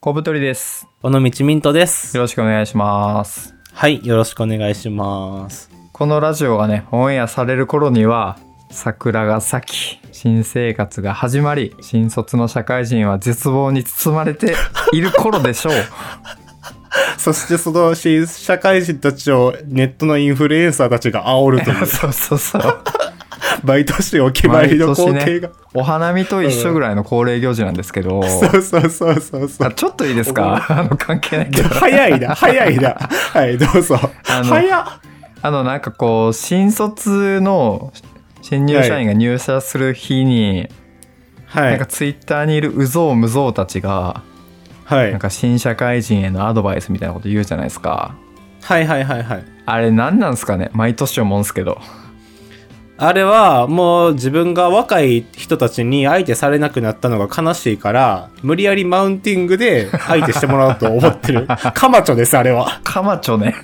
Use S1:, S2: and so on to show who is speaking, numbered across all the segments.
S1: 小太りです。
S2: 尾道ミントです
S1: よ。ろしくお願いします。
S2: はい、よろしくお願いします。
S1: このラジオがね、オンエアされる頃には、桜が咲き、新生活が始まり、新卒の社会人は絶望に包まれている頃でしょう。
S2: そしてその新社会人たちをネットのインフルエンサーたちが煽ると いう、
S1: そうそうそう。
S2: 毎年お決まりの光景が。
S1: お花見と一緒ぐらいの恒例行事なんですけど、
S2: そうそうそうそうそ
S1: あ
S2: う。
S1: ちょっといいですかあの関係ないけど。
S2: 早いな、早いな。はい、どうぞ。
S1: あの
S2: 早っ。
S1: あのなんかこう新卒の新入社員が入社する日に、
S2: は
S1: なんか
S2: い。
S1: ツイッターにいるうぞうむぞうたちが
S2: はい
S1: なん。か新社会人へのアドバイスみたいなこと言うじゃないですか
S2: はいはいはいはい。
S1: あれ何なんですかね毎年思うんですけど
S2: あれはもう自分が若い人たちに相手されなくなったのが悲しいから、無理やりマウンティングで相手してもらおうと思 ってる。カマチョです、あれは。
S1: カマチョね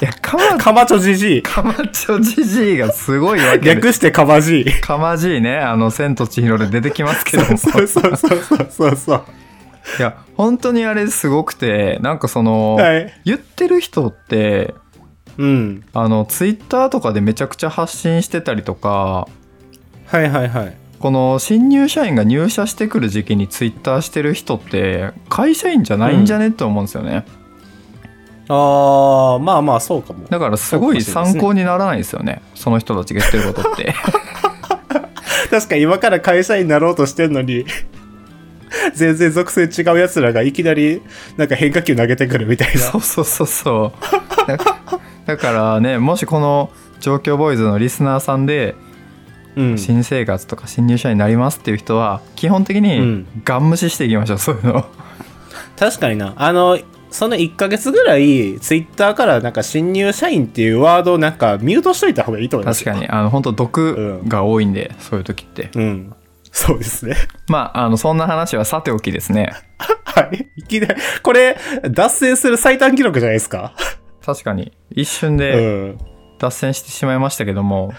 S1: いやカマ
S2: カマチョじじい。
S1: カマチョじじいがすごいわけで
S2: 略してカマじい。
S1: カマじいねあの「千と千尋」で出てきますけども
S2: そうそうそうそうそうそう。
S1: いや本当にあれすごくてなんかその、
S2: はい。
S1: 言ってる人って
S2: うん。
S1: あのツイッターとかでめちゃくちゃ発信してたりとか
S2: はいはいはい。
S1: この新入社員が入社してくる時期にツイッターしてる人って会社員じゃないんじゃね、って思うんですよね
S2: ああ、まあまあそうかも。
S1: だからすごい参考にならないですよねその人たちが言ってること って
S2: 確かに今から会社員になろうとしてんのに、全然属性違う奴らがいきなりなんか変化球投げてくるみたいな。
S1: そうそうそうそうだだからねもしこの「状況ボーイズ」のリスナーさんで
S2: うん。
S1: 新生活とか新入社員になりますっていう人は基本的
S2: う
S1: に
S2: ん
S1: ガン無視していきましょうそういうの
S2: 確かにな。あの、その1ヶ月ぐらい、ツイッターからなんか新入社員っていうワードをなんかミュートしといた方がいいと思います
S1: 確
S2: よ。
S1: かにあの本当毒が多いんで、そういう時って
S2: に。うん。そうですね。
S1: まあ、あの、そんな話はさておきですね。
S2: はい。いきなり、これ、脱線する最短記録じゃないですか。
S1: 確かに、一瞬
S2: う
S1: で
S2: ん。
S1: 脱線してしまいましたけども、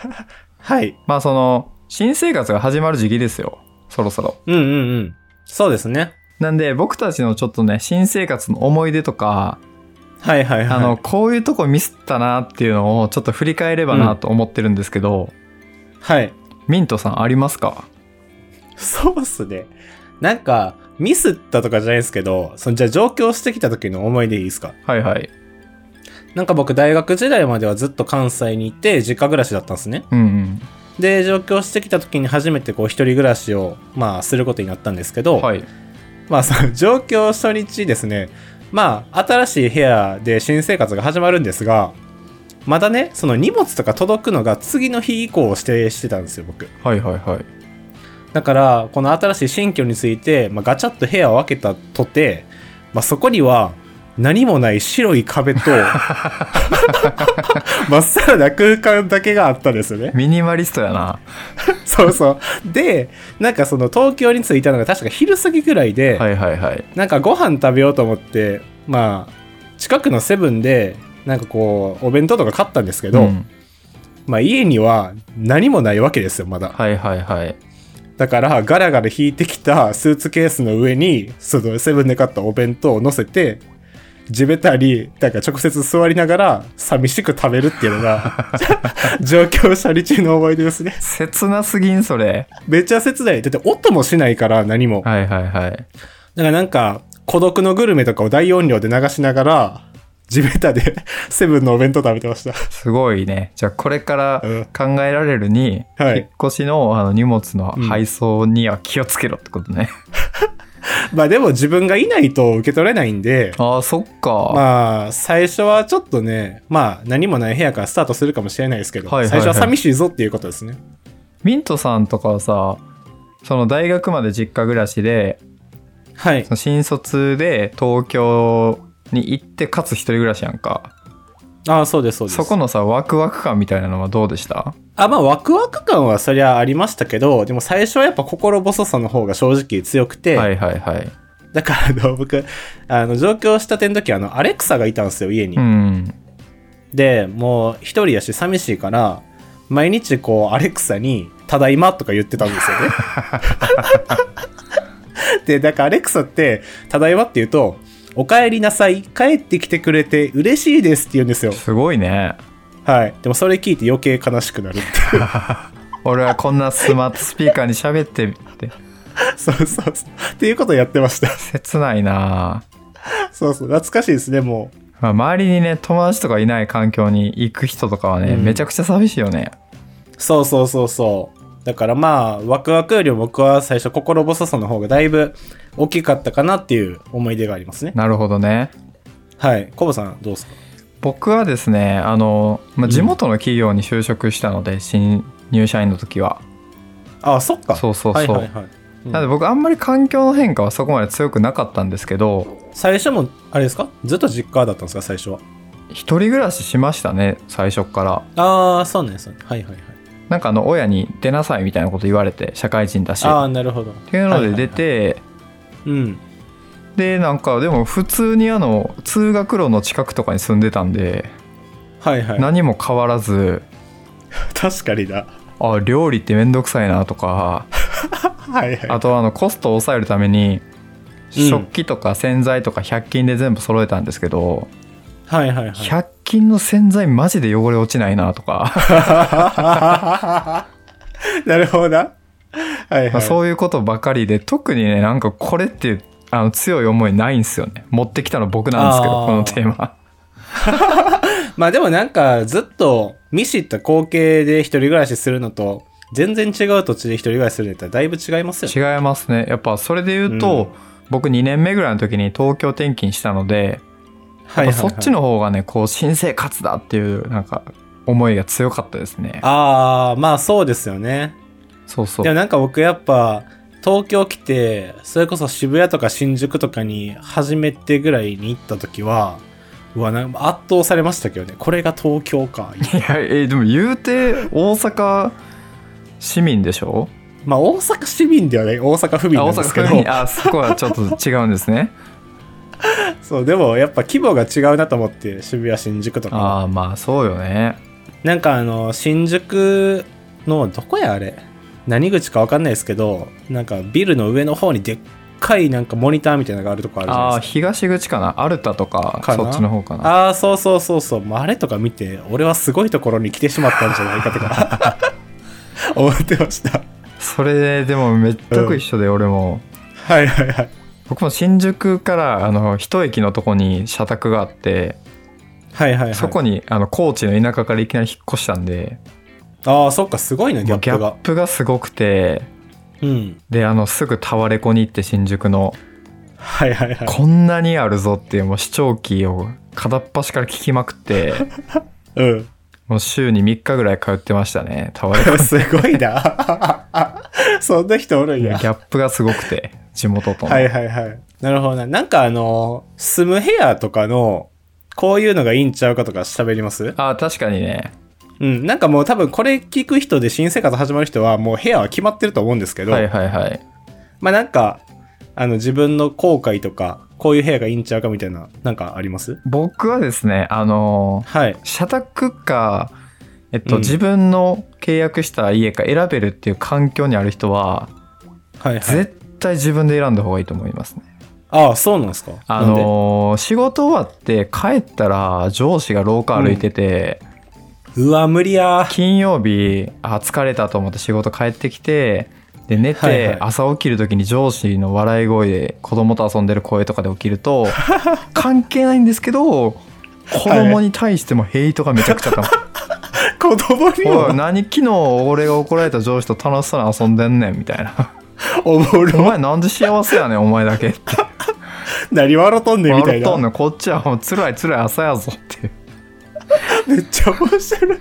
S2: はい。
S1: まあ、その、新生活が始まる時期ですよ。そろそろ。
S2: うんうんうん。そうですね。
S1: なんで、僕たちのちょっとね、新生活の思い出とか、
S2: はいはいはい。
S1: あの、、こういうとこミスったなっていうのを、ちょっと振り返ればなと思ってるんですけど、
S2: はい。
S1: ミントさんありますか
S2: そうっすね。なんか、ミスったとかじゃないですけど、そのじゃあ上京してきた時の思い出いいですか
S1: はいはい。
S2: なんか僕大学時代まではずっと関西にいて、実家暮らしだったんですね。
S1: うんうん。
S2: で、上京してきた時に初めてこう一人暮らしを、まあ、することになったんですけど、
S1: はい。
S2: まあ、その上京初日ですね、まあ、新しい部屋で新生活が始まるんですが、まだね、その荷物とか届くのが次の日以降を指定してたんですよ、僕。
S1: はいはいはい。
S2: だからこの新しい新居について、まあ、ガチャッと部屋を開けたとて、まあ、そこには何もない白い壁 と まっさらな空間だけがあったんで すよね。
S1: ミニマリストやな。
S2: そうそう。で、なんかその東京に着いたのが確か昼過ぎぐらいで、
S1: はいはいはい。
S2: なんかご飯食べようと思って、まあ、近くのセブンで、なんかこう、お弁当とか買ったんですけど、
S1: ん
S2: まあ家には何もないわけですよ、まだ。
S1: はいはいはい。
S2: だからガラガラ引いてきたスーツケースの上にそのセブンで買ったお弁当を乗せて地べたになんか直接座りながら寂しく食べるっていうのが上京初日の思い出ですね
S1: 切なすぎん、それ。
S2: めっちゃ切ないだって音もしないから何もだか
S1: はいはいはい。
S2: らなんか孤独のグルメとかを大音量で流しながら地べたでセブンのお弁当食べてました
S1: すごいね。じゃあこれから
S2: うん
S1: 考えられるに、
S2: はい
S1: 引っ越しのあの荷物の配送には気をつけろってことね。
S2: まあでも自分がいないと受け取れないんで
S1: ああ、そっか。
S2: まあ、最初はちょっとね、まあ、何もない部屋からスタートするかもしれないですけど、
S1: はいはいはい
S2: 最初は寂しいぞっていうことですね。
S1: ミントさんとかはさ、その大学まで実家暮らしで、
S2: はい
S1: そ。の新卒で東京に行って、かつ一人暮らしやんか。
S2: ああ、そうです、そうです。
S1: そこのさ、ワクワク感みたいなのはどうでした
S2: あ、まあ、ワクワク感はそりゃありましたけど、でも最初はやっぱ心細さの方が正直強くて、
S1: はいはいはい。
S2: だから、あの、僕、あの、上京したての時、あの、アレクサがいたんですよ、家に。
S1: うん。
S2: で、もう、一人やし寂しいから、毎日こう、アレクサに、ただいまとか言ってたんですよね。で、なんかアレクサって、ただいまって言うと、お帰りなさい、帰ってきてくれて嬉しいですって言うんですよ。
S1: すごいね
S2: はい。でもそれ聞いて余計悲しくなる っていう。
S1: 俺はこんなスマートスピーカーに喋ってって
S2: そうそうそう。っていうことをやってました。
S1: 切ないな
S2: そうそう。懐かしいですね、もう。
S1: まあ周りにね友達とかいない環境に行く人とかはね、
S2: うん
S1: めちゃくちゃ寂しいよね
S2: そうそうそうそう。だからまあ、ワクワクよりも僕は最初、心細さの方がだいぶ大きかったかなっていう思い出がありますね。
S1: なるほどね
S2: はい。コボさん、どうですか
S1: 僕はですねあの、まあ、地元の企業に就職したので、新入社員の時は
S2: ああ、そっか。
S1: そうそうそう、
S2: はいはいはい。うん
S1: なんで僕あんまり環境の変化はそこまで強くなかったんですけど
S2: 最初も、あれですかずっと実家だったんですか、最初は。
S1: 一人暮らししましたね最初から
S2: ああ、そうなんですね。はいはいはい。
S1: なんかあの親に出なさいみたいなこと言われて社会人だしっ
S2: ああ、なるほど。って
S1: いうので出て、
S2: うん。
S1: でなんかでも普通にあの通学路の近くとかに住んでたんで、
S2: はいはい。
S1: 何も変わらず
S2: 確かにな。
S1: あ料理ってめんどくさいなとか
S2: はいはい。
S1: あとあのコストを抑えるために
S2: うん
S1: 食器とか洗剤とか100均で全部揃えたんですけど、
S2: はいはいはい。
S1: 100均の洗剤マジで汚れ落ちないなとか
S2: なるほどな。はい
S1: ま
S2: は
S1: あ
S2: い。
S1: そういうことばかりで特にねなんかこれっていうあの強い思いないんですよね持ってきたの僕なんですけ
S2: あ
S1: ど
S2: ー
S1: このテーマ
S2: まあでもなんかずっと見知った光景で一人暮らしするのと全然違う土地で一人暮らしするのとだいぶ違いますよね。
S1: 違いますねやっぱそれで言う
S2: う
S1: と
S2: ん、
S1: 僕2年目ぐらいの時に東京転勤したので
S2: は
S1: やっぱそっちの方がねこう新生活だっていうなんか思いが強かったですね
S2: ああ、まあそうですよね。
S1: そうそ
S2: でも
S1: う
S2: なんか僕やっぱ東京来てそれこそ渋谷とか新宿とかに初めてぐらいに行った時はうわなんか圧倒されましたけどねこれが東京か
S1: いやえでも言うて大阪市民でしょ
S2: まあ大阪市民ではね大阪府民
S1: あ
S2: な
S1: 大
S2: んですけ
S1: 阪
S2: ど
S1: 市民あそこはちょっと違うんです ね
S2: そうでもやっぱ規模が違うなと思って渋谷新宿とか
S1: ああまあそうよね
S2: なんかあの新宿のどこやあれ何口か分かんないですけどなんかビルの上の方にでっかいなんかモニターみたいなのがあるとこあるじゃない
S1: ああ
S2: です
S1: ー
S2: か
S1: 東口かなアルタとか
S2: かな
S1: そっちの方かな
S2: ああそうそうそうそうもうあれとか見て俺はすごいところに来てしまったんじゃないかとか 思ってました
S1: それでも全く一緒で俺も、
S2: はいはいはい
S1: 僕も新宿からあの一駅のとこに社宅があって
S2: はいはいはい
S1: そこにあの高知の田舎からいきなり引っ越したんで
S2: ああそっかすごいなギ
S1: も
S2: ャ
S1: う
S2: ップが
S1: すごくて
S2: うん
S1: であのすぐタワレコに行って新宿の
S2: はいはいはい
S1: こんなにあるぞっていうもう視聴器を片っ端から聞きまく って
S2: うん
S1: もう週に3日ぐらい通ってましたねタワレコ
S2: すごいな そんな人おるん
S1: ギ
S2: や
S1: ャップがすごくて地元との、
S2: はいはいはいなるほどななんかあの住む部屋とかのこういうのがいいんちゃうかとか喋ります
S1: あー確かにね
S2: うん。なんかもう多分これ聞く人で新生活始まる人はもう部屋は決まってると思うんですけど、
S1: はいはいはい
S2: まあなんか、あの自分の後悔とか、こういう部屋がいいんちゃうかみたいな、なんかあります
S1: 僕はですねあのー
S2: はい。
S1: 社宅かえっと、
S2: うん
S1: 自分の契約した家か選べるっていう環境にある人は、
S2: はいはい。
S1: 絶対自分で選んだ方がいいと思いますね
S2: ああ、そうなんですか。
S1: あのー仕事終わって帰ったら上司が廊下歩いてて、
S2: なんでうわ、無理やー。
S1: 金曜日あ疲れたと思って仕事帰ってきてで寝て、
S2: はいはい
S1: 朝起きる時に上司の笑い声で子供と遊んでる声とかで起きると 関係ないんですけど子供に対してもヘイトがめちゃくちゃ高い
S2: 子供に
S1: おい
S2: も
S1: 何昨日俺が怒られた上司と楽しそうに遊んでんねんみたいな
S2: おも
S1: お
S2: ろ。
S1: 前なんで幸せやねんお前だ けって
S2: 何笑うとんねんみた
S1: 笑
S2: い
S1: っとん
S2: な。
S1: ねんこっちはもうつらいつらい朝やぞっていう
S2: めっちゃ面白い。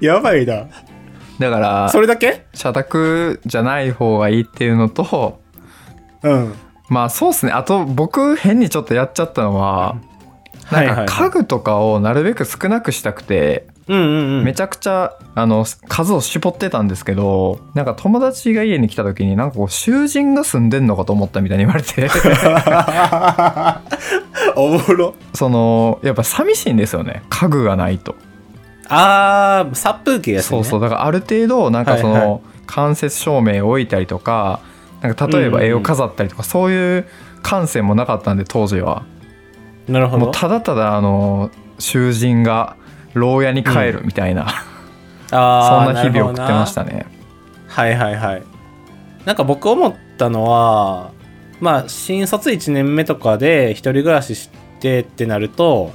S2: やばいな。
S1: だから
S2: それだけ
S1: 社宅じゃない方がいいっていうのと
S2: うん。
S1: まあそうっすねあと僕変にちょっとやっちゃったのは
S2: は
S1: ないん
S2: は
S1: か
S2: いは
S1: 家
S2: い。
S1: 具とかをなるべく少なくしたくて
S2: うんうんうん。
S1: めちゃくちゃあの数を絞ってたんですけどなんか友達が家に来た時になんかこう囚人が住んでんのかと思ったみたいに言われ て
S2: おもろ。
S1: そのやっぱ寂しいんですよね家具がないと
S2: あー、殺風景やし、
S1: そ
S2: ね。
S1: うそう
S2: う。
S1: だからある程度なんかそ
S2: はいは
S1: の間接照明を置いたりとかなんか例えば絵を飾ったりとかそういう感性もなかったんで当時は
S2: なるほ
S1: もう
S2: ど。
S1: ただただあの囚人が牢屋に帰るみた いな、
S2: あー
S1: そんな日々を送ってまし。
S2: なる
S1: たね
S2: ほどなはいはいはい。なんか僕思ったのは、まあ、新卒1年目とかで一人暮らししてってなると、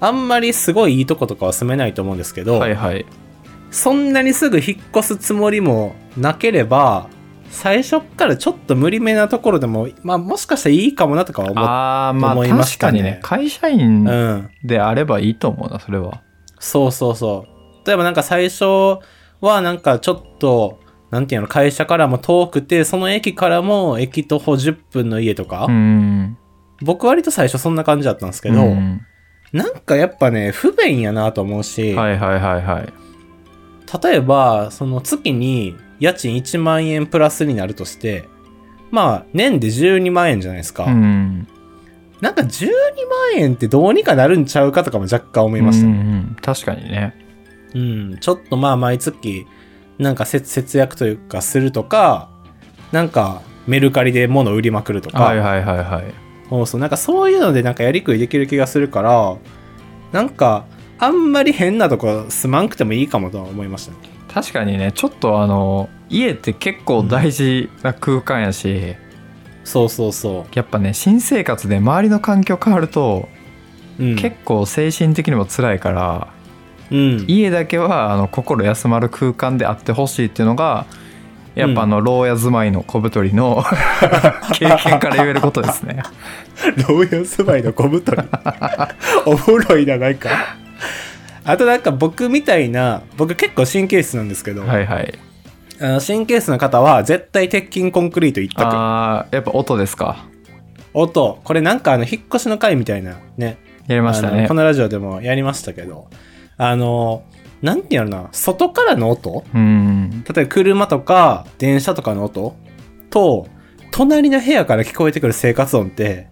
S2: あんまりすごいいいとことかは住めないと思うんですけど、
S1: はいはい
S2: そんなにすぐ引っ越すつもりもなければ、最初っからちょっと無理めなところでも、まあもしかしたらいいかもなとかは思っ
S1: ああまあ
S2: 思いま
S1: 確
S2: し
S1: か
S2: たね
S1: にね会社員
S2: うん。
S1: であればいいと思うなそれは
S2: そうそうそう。例えばなんか最初はなんかちょっと、なんていうの、会社からも遠くて、その駅からも駅徒歩10分の家とか、
S1: うん
S2: 僕割と最初そんな感じだったんですけど、
S1: うん
S2: なんかやっぱね、不便やなと思うし、
S1: はいはいはいはい
S2: 例えば、その月に家賃1万円プラスになるとして、まあ年で12万円じゃないですか。
S1: うん
S2: なんか12万円ってどうにかなるんちゃうかとかも若干思いました。
S1: う
S2: うんん、
S1: うん確かにね
S2: ちょっとまあ毎月、なんか節節約というかするとか、なんかメルカリで物売りまくるとか、
S1: はいはいはいはい
S2: そうそう、なんかそういうのでなんかやりくりできる気がするから、なんかあんまり変なとこ住まんくてもいいかもとは思いましたね。
S1: 確かにねちょっとあの家って結構大事な空間やし、
S2: そうそうそ
S1: やっぱね新生活で周りの環境変わると、
S2: う。うん。
S1: 結構精神的にも辛いから
S2: うん。
S1: 家だけはあの心休まる空間であってほしいっていうのがやっぱあの牢屋住まいの小太り の経験から言えることですね。
S2: 牢屋住まいの小太り おもろいななんかあとなんか僕みたいな僕結構神経質なんですけど、
S1: はいはい。
S2: あの神経質な方は絶対鉄筋コンクリート一択
S1: あーやっぱ音ですか。
S2: 音これなんかあの引っ越しの回みたいなね
S1: やりました
S2: あの
S1: ね
S2: こ。のラジオでもやりましたけどあのなんていうのかな外からの音
S1: うん。
S2: 例えば車とか電車とかの音と隣の部屋から聞こえてくる生活音って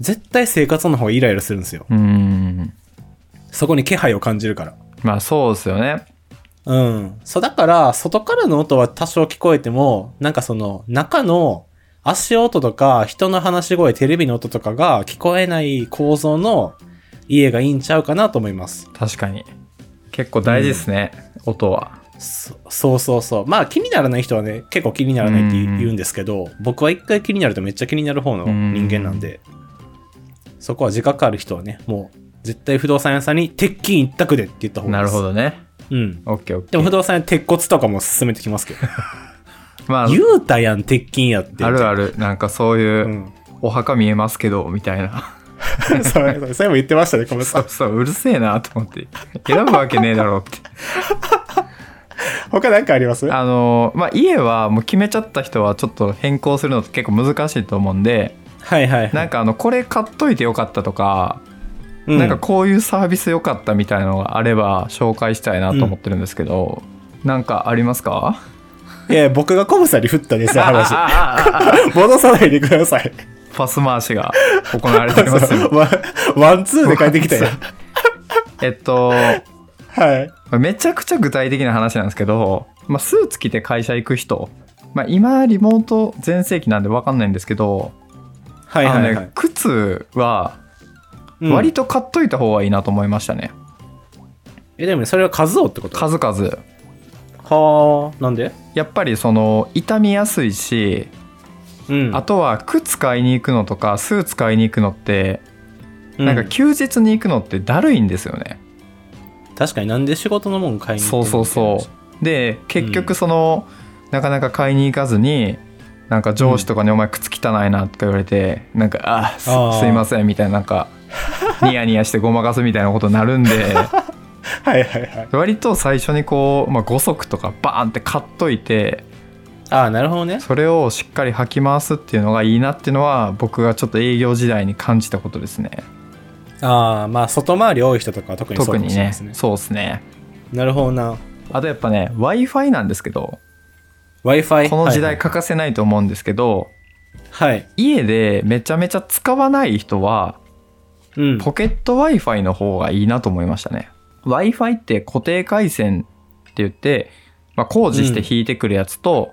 S2: 絶対生活音の方がイライラするんですよ
S1: うん。
S2: そこに気配を感じるから
S1: まあそうですよね。
S2: うん。そう、だから、外からの音は多少聞こえても、なんかその、中の足音とか、人の話し声、テレビの音とかが聞こえない構造の家がいいんちゃうかなと思います。
S1: 確かに。結構大事ですね、音は。
S2: そそうそうそう。まあ、気にならない人はね、結構気にならないって
S1: うん
S2: 言うんですけど、僕は一回気になるとめっちゃ気になる方の人間なんで、そこは自覚ある人はね、もう、絶対不動産屋さんに鉄筋一択でって言った方が
S1: ない
S2: い
S1: る
S2: です。
S1: ほ。どね。
S2: うん。
S1: オッケーオッケー。
S2: でも不動産屋鉄骨とかも進めてきますけど。
S1: まあ
S2: 言うたやん、鉄筋やって。
S1: あるあるなんかそういう、
S2: うん。
S1: お墓見えますけどみたいな
S2: それ、それ、それも言ってましたね、小室さ
S1: そ
S2: ん
S1: う。そううるせえなと思って選ぶわけねえだろうって
S2: 他なんかあります
S1: あのまあ家はもう決めちゃった人はちょっと変更するのって結構難しいと思うんで
S2: はいはい。
S1: なんかあのこれ買っといてよかったとか、
S2: う
S1: なんかこういうサービスよかったみたいなのがあれば紹介したいなと思ってるんですけど、なんかありますか
S2: いや、僕が小室さんに振ったんですよ、話。
S1: ああああああ
S2: 戻さないでください。
S1: パス回しが行われています よ
S2: ワンワンツーで帰ってきたよ。
S1: えっと
S2: はい。
S1: めちゃくちゃ具体的な話なんですけど、まあ、スーツ着て会社行く人、まあ、今リモート全盛期なんで分かんないんですけど、
S2: はい
S1: あ
S2: はい
S1: の
S2: は
S1: ね
S2: い。
S1: 靴は
S2: うん
S1: 割と買っといた方がいいなと思いましたね、
S2: え、でもねそれは数をってこと
S1: 数々
S2: はあ、なんで
S1: やっぱりその傷みやすいし、
S2: うん。
S1: あとは靴買いに行くのとかスーツ買いに行くのって、なんか
S2: う
S1: 休日に行くのってだるいんですよね
S2: 確かになんで仕事のもん買いに行
S1: そう
S2: ってん
S1: そ
S2: の
S1: うそうで結局その、なかなか買いに行かずになんか上司とかに「お前靴汚いな」とか言われてなんか「あす
S2: あー
S1: すいません」みたいななん かニヤニヤしてごまかすみたいなことになるんで
S2: はいはいはい。
S1: 割と最初にこう、まあ、5足とかバーンって買っといて
S2: ああ、なるほどね。
S1: それをしっかり履き回すっていうのがいいなっていうのは僕がちょっと営業時代に感じたことですね
S2: ああ、まあ、外回り多い人とかは特にそう
S1: 特
S2: かも
S1: に
S2: しれない
S1: ね
S2: ですね。
S1: そうですね
S2: なるほどな。
S1: あとやっぱね w i f i なんですけど
S2: Wi-Fi。
S1: この時
S2: はい
S1: 代欠かせないと思うんですけど、
S2: はい。はい。
S1: 家でめちゃめちゃ使わない人は
S2: うん。
S1: ポケット w i f i の方がいいなと思いましたね w i f i って固定回線って言って、まあ、工事して引いてくるやつと、
S2: はいはい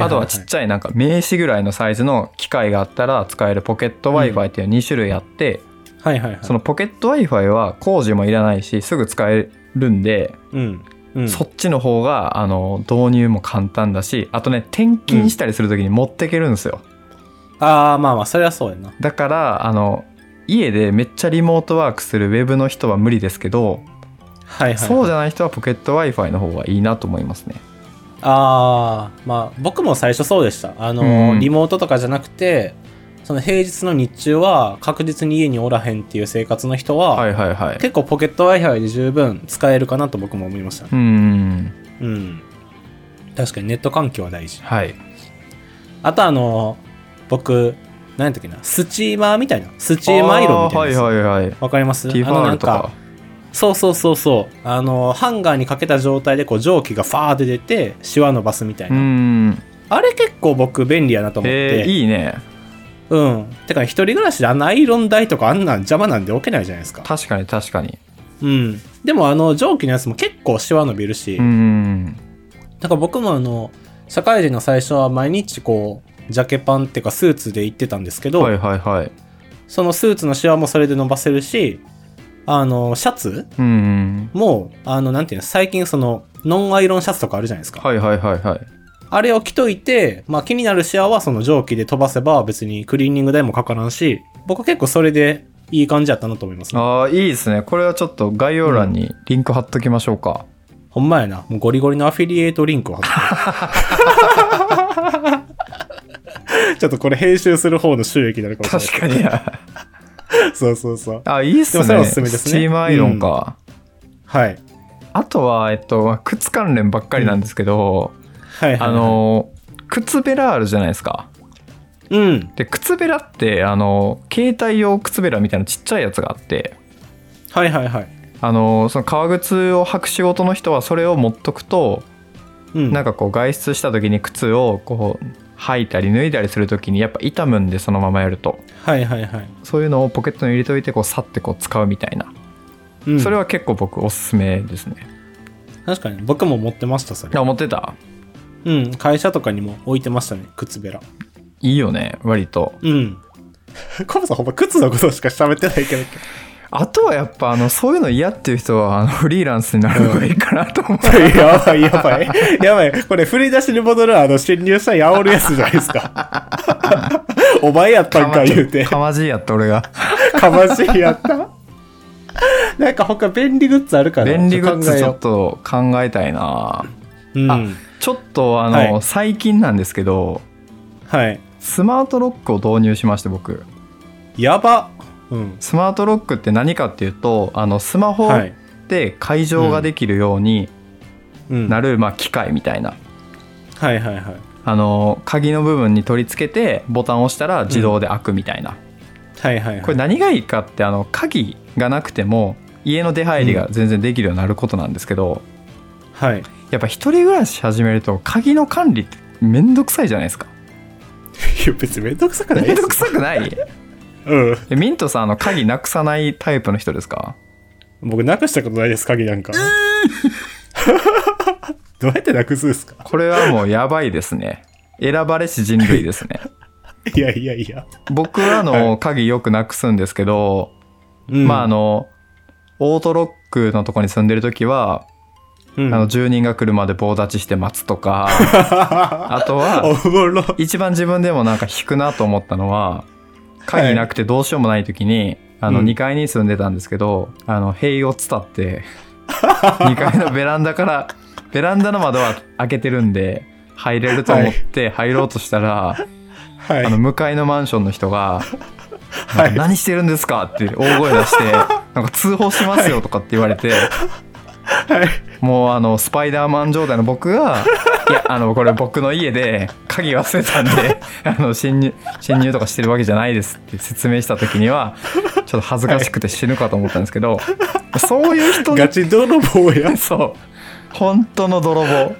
S2: はい
S1: あとはちっちゃいなんか名刺ぐらいのサイズの機械があったら使えるポケット w i f i っていう2種類あって、
S2: はいはいはい。
S1: そのポケット Wi-Fi は工事もいらないしすぐ使えるんで、
S2: うん。うん。
S1: そっちの方があの導入も簡単だしあとね転勤したりする時に持ってけるんですよ、
S2: ああ、まあまあ、それはそうやな。
S1: だからあの家でめっちゃリモートワークするウェブの人は無理ですけど、
S2: はいはい、はい。
S1: そうじゃない人はポケット w i f i の方がいいなと思いますね
S2: ああ、まあ、僕も最初そうでした。あの、
S1: うん
S2: リモートとかじゃなくて、その平日の日中は確実に家におらへんっていう生活の人は、
S1: はいはいはい
S2: 結構ポケット Wi-Fi で十分使えるかなと僕も思いました。
S1: うん
S2: うん。確かにネット環境は大事。
S1: はい
S2: あとあの、僕、何やったっけな、スチーマーみたいな。スチーマー色みたいなやつ。
S1: あーはいはいはい
S2: わかります
S1: ティファールと
S2: あのな
S1: か
S2: んそうそうそうそう。あの、ハンガーにかけた状態でこう蒸気がファーって出て、シワ伸ばすみたいうな。
S1: ん
S2: あれ結構僕便利やなと思って。
S1: えー、いいね
S2: うん。てか、一人暮らしであんなアイロン台とかあんなん邪魔なんで置けないじゃないですか。
S1: 確かに確かに
S2: うん。でも、あの、蒸気のやつも結構シワ伸びるし、
S1: うん
S2: なんか僕もあの、社会人の最初は毎日こう、ジャケパンっていうかスーツで行ってたんですけど、
S1: はいはいはい
S2: そのスーツのシワもそれで伸ばせるし、あの、シャツ
S1: うん
S2: も、あの、なんていうの、最近その、ノンアイロンシャツとかあるじゃないですか。
S1: はいはいはいはい
S2: あれを着といて、まあ気になるシワはその蒸気で飛ばせば別にクリーニング代もかからんし、僕は結構それでいい感じやったなと思いますね。
S1: ああいいですねこれはちょっと概要欄にリンク貼っときましょうか、
S2: ほんまやな。もうゴリゴリのアフィリエイトリンクを貼 って。ちょっとこれ編集する方の収益になるかもし
S1: 確か に
S2: れない。そうそうそう。
S1: あいいっす
S2: で
S1: ね
S2: もそれはおすすめです
S1: ス
S2: ね
S1: チームアイロンか、
S2: はい。
S1: あとはえっとまあ靴関連ばっかりなんですけど、
S2: はい、はい。
S1: あ、の靴べらあるじゃないですか
S2: うん。
S1: で靴べらってあの携帯用靴べらみたいなちっちゃいやつがあって
S2: はいはいはい。
S1: あのその革靴を履く仕事の人はそれを持っとくと、
S2: うん。
S1: なんかこう外出した時に靴をこう履いたり脱いだりする時にやっぱ傷むんでそのままやると
S2: はいはいはい。
S1: そういうのをポケットに入れといてこうさってこう使うみたいな、
S2: うん、
S1: それ
S2: は
S1: は結構僕おすすめですね
S2: 確かに僕も持ってました、それ。
S1: あ持ってた
S2: うん。会社とかにも置いてましたね、靴べら。
S1: いいよね割と
S2: うん。 コブさんほんま靴のことしか喋ってないけど。
S1: あとはやっぱあのそういうの嫌っていう人はあのフリーランスになる方がいいかなと思 う、
S2: やばいやばい。やばい。これ振り出しに戻るあの侵入者に煽るやつじゃないですか。 お前やったんか言うて。
S1: かまじいやって俺が
S2: かましいやった。なんか他便利グッズあるから
S1: 便利グッズちょっ
S2: 考
S1: と考えたいな
S2: えよううん。
S1: あちょっとあの、
S2: はい
S1: 最近なんですけど
S2: はい。
S1: スマートロックを導入しまして僕
S2: やば。うん。
S1: スマートロックって何かっていうとあのスマホ
S2: はい。
S1: で解錠ができるように
S2: うん。
S1: なる、まあ、機械みたいな
S2: はいはいはい。
S1: あの鍵の部分に取り付けてボタンを押したら自動で開くみたいな、
S2: はいはいはい。
S1: これ何がいいかってあの鍵がなくても家の出入りが全然できるようになることなんですけど、
S2: はい。
S1: やっぱ一人暮らし始めると鍵の管理ってめんどくさいじゃないですか
S2: いや別にめんどくさくない
S1: めん
S2: です
S1: どくさくない
S2: うん。
S1: えミントさんあの鍵なくさないタイプの人ですか
S2: 僕なくしたことないです、鍵なんか。 どうやってなくすんですか
S1: これはもうやばいですね選ばれし人類です ね
S2: いやいやいや。
S1: 僕はあ
S2: は
S1: の鍵よくなくすんですけど、
S2: うん
S1: まああ、のオートロックのとこに住んでる時は、
S2: うん
S1: あの住人が来るまで棒立ちして待つと かあとは
S2: おもろ。
S1: 一番自分でもなんか引くなと思ったのは鍵なくてどうしようもない時に、あの
S2: うん
S1: 2階に住んでたんですけど、あの塀を伝って 2階のベランダからベランダの窓は開けてるんで入れると思って入ろうとしたら、
S2: はい
S1: あの向かいのマンションの人が「
S2: はい
S1: なんか何してるんですか?」って大声出して「なんか通報しますよ」とかって言われて。
S2: はい。
S1: もうあのスパイダーマン状態の僕 がいやあのこれ僕の家で鍵忘れたんで あの侵入侵入とかしてるわけじゃないですって説明した時にはちょっと恥ずかしくて死ぬかと思ったんですけど、そういう人
S2: ガ
S1: に
S2: チ泥棒や。
S1: そう本当の泥
S2: はい。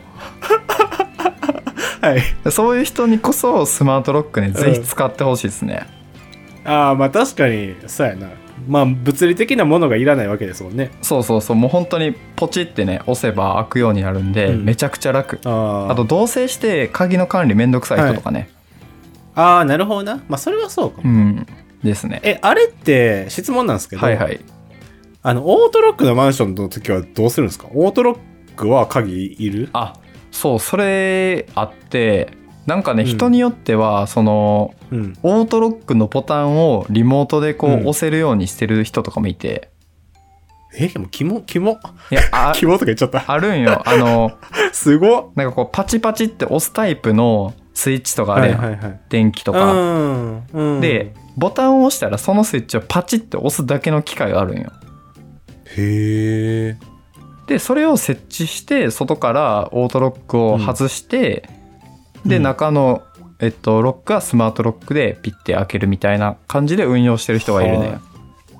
S1: 棒そういう人にこそスマートロックねぜひ使ってほしいですね、
S2: ああ、まあ確かに、そうやな。まあ物理的なものがいらないわけですもんね。
S1: そうそうそうもう本当にポチってね押せば開くようになるんで、
S2: うん
S1: めちゃくちゃ楽
S2: ああ
S1: あと同棲して鍵の管理めんどくさい人とかね、
S2: ああ、なるほどな。まあそれはそうかも。
S1: うん、ですね。
S2: え、あれって質問なんですけど、
S1: はいはい。
S2: あの、オートロックのマンションの時はどうするんですかオートロックは鍵いる
S1: あそうそれあってなんかね、
S2: うん
S1: 人によってはその
S2: うん。
S1: オートロックのボタンをリモートでこう、
S2: うん
S1: 押せるようにしてる人とかもいて
S2: え、でも、キモ、キモ、
S1: いや あ
S2: キモとか言っちゃった。
S1: あるんよあの
S2: すごっ。
S1: なんかこうパチパチって押すタイプのスイッチとかあ
S2: は
S1: る
S2: い
S1: やん、
S2: はいはい。
S1: 電気と
S2: う
S1: か、
S2: んうん。
S1: で、ボタンを押したらそのスイッチをパチって押すだけの機械があるんよ
S2: へえ。
S1: でそれを設置して外からオートロックを外して、で
S2: うん
S1: 中の、えっと、ロックはスマートロックでピッて開けるみたいな感じで運用してる人がいるね
S2: は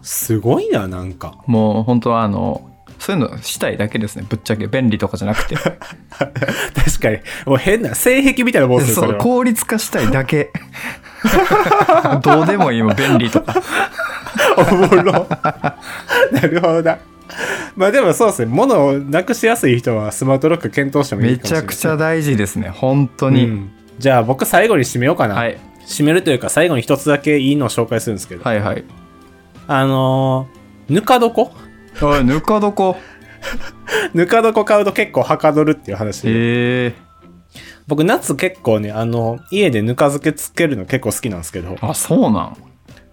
S2: すごいな、なん か。
S1: もう本当はあのそういうのしたいだけですねぶっちゃけ便利とかじゃなく て
S2: 確かに。もう変な、性癖みたいなもんですね、そ
S1: そ
S2: れ
S1: う
S2: は。
S1: 効率化したいだ けどうでもいいもん便利とか
S2: おもろ。 なるほどな。まあでもそうですね、物をなくしやすい人はスマートロック検討してもい
S1: め
S2: いかもし
S1: ち
S2: れ
S1: ゃ
S2: ない
S1: く
S2: です
S1: ち
S2: ね、
S1: ゃ大事ですね本当に、
S2: うんじゃあ僕最後に締めようかな。
S1: はい、
S2: 締めるというか最後に一つだけいいのを紹介するんですけど。
S1: はいはい
S2: あのーぬか床
S1: おいぬか床
S2: ぬか床買うと結構はかどるっていう話。
S1: へえ
S2: 僕夏結構ね、あの、家でぬか漬けつけるの結構好きなんですけど。
S1: あそうなん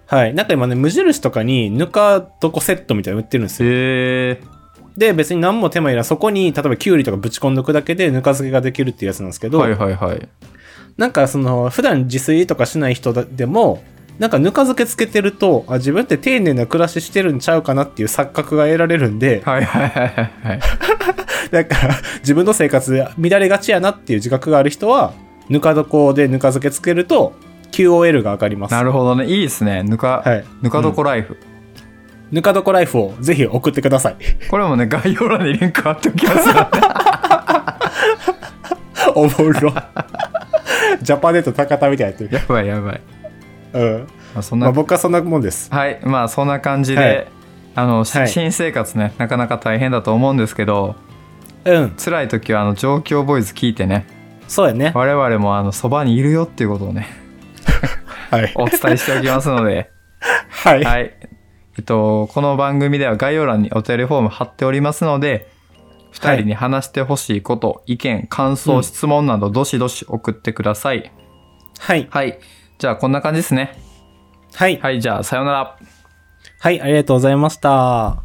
S2: はい。なんか今ね、無印とかにぬか床セットみたいなの売ってるんですよ
S1: へえ
S2: で別に何も手間いらんそこに例えばきゅうりとかぶち込んどくだけでぬか漬けができるっていうやつなんですけど、
S1: はいはいはい
S2: なんかその普段自炊とかしない人でもなんかぬか漬けつけてるとあ自分って丁寧な暮らししてるんちゃうかなっていう錯覚が得られるんで
S1: はいはいはいはいはい
S2: だから自分の生活で乱れがちやなっていう自覚がある人はぬか床でぬか漬けつけると QOL が上がります
S1: なるほどねいいですねぬか、
S2: はい
S1: ぬか床ライフ、
S2: ぬか床ライフをぜひ送ってください
S1: これもね概要欄にリンク貼っておきますよ
S2: おもろジャパネット高田みたいになってる、
S1: やばいやばい、
S2: うん
S1: まあ、そん
S2: まあ、
S1: な
S2: 僕はそんなもんです
S1: はいまあそんな感じで、
S2: はい
S1: あのし
S2: はい
S1: 新生活ねなかなか大変だと思うんですけど
S2: うん
S1: 辛い時はあの状況ボーイズ聞いてね
S2: そうやね
S1: 我々もあのそばにいるよっていうことをね
S2: はい
S1: お伝えしておきますので
S2: はい
S1: はいえっとこの番組では概要欄にお便りフォーム貼っておりますので2人に話してほしいこと、意見感想、
S2: うん
S1: 質問などどしどし送ってください
S2: はい。
S1: はいじゃあこんな感じですね
S2: はい。
S1: はいじゃあさようなら
S2: はい、ありがとうございました。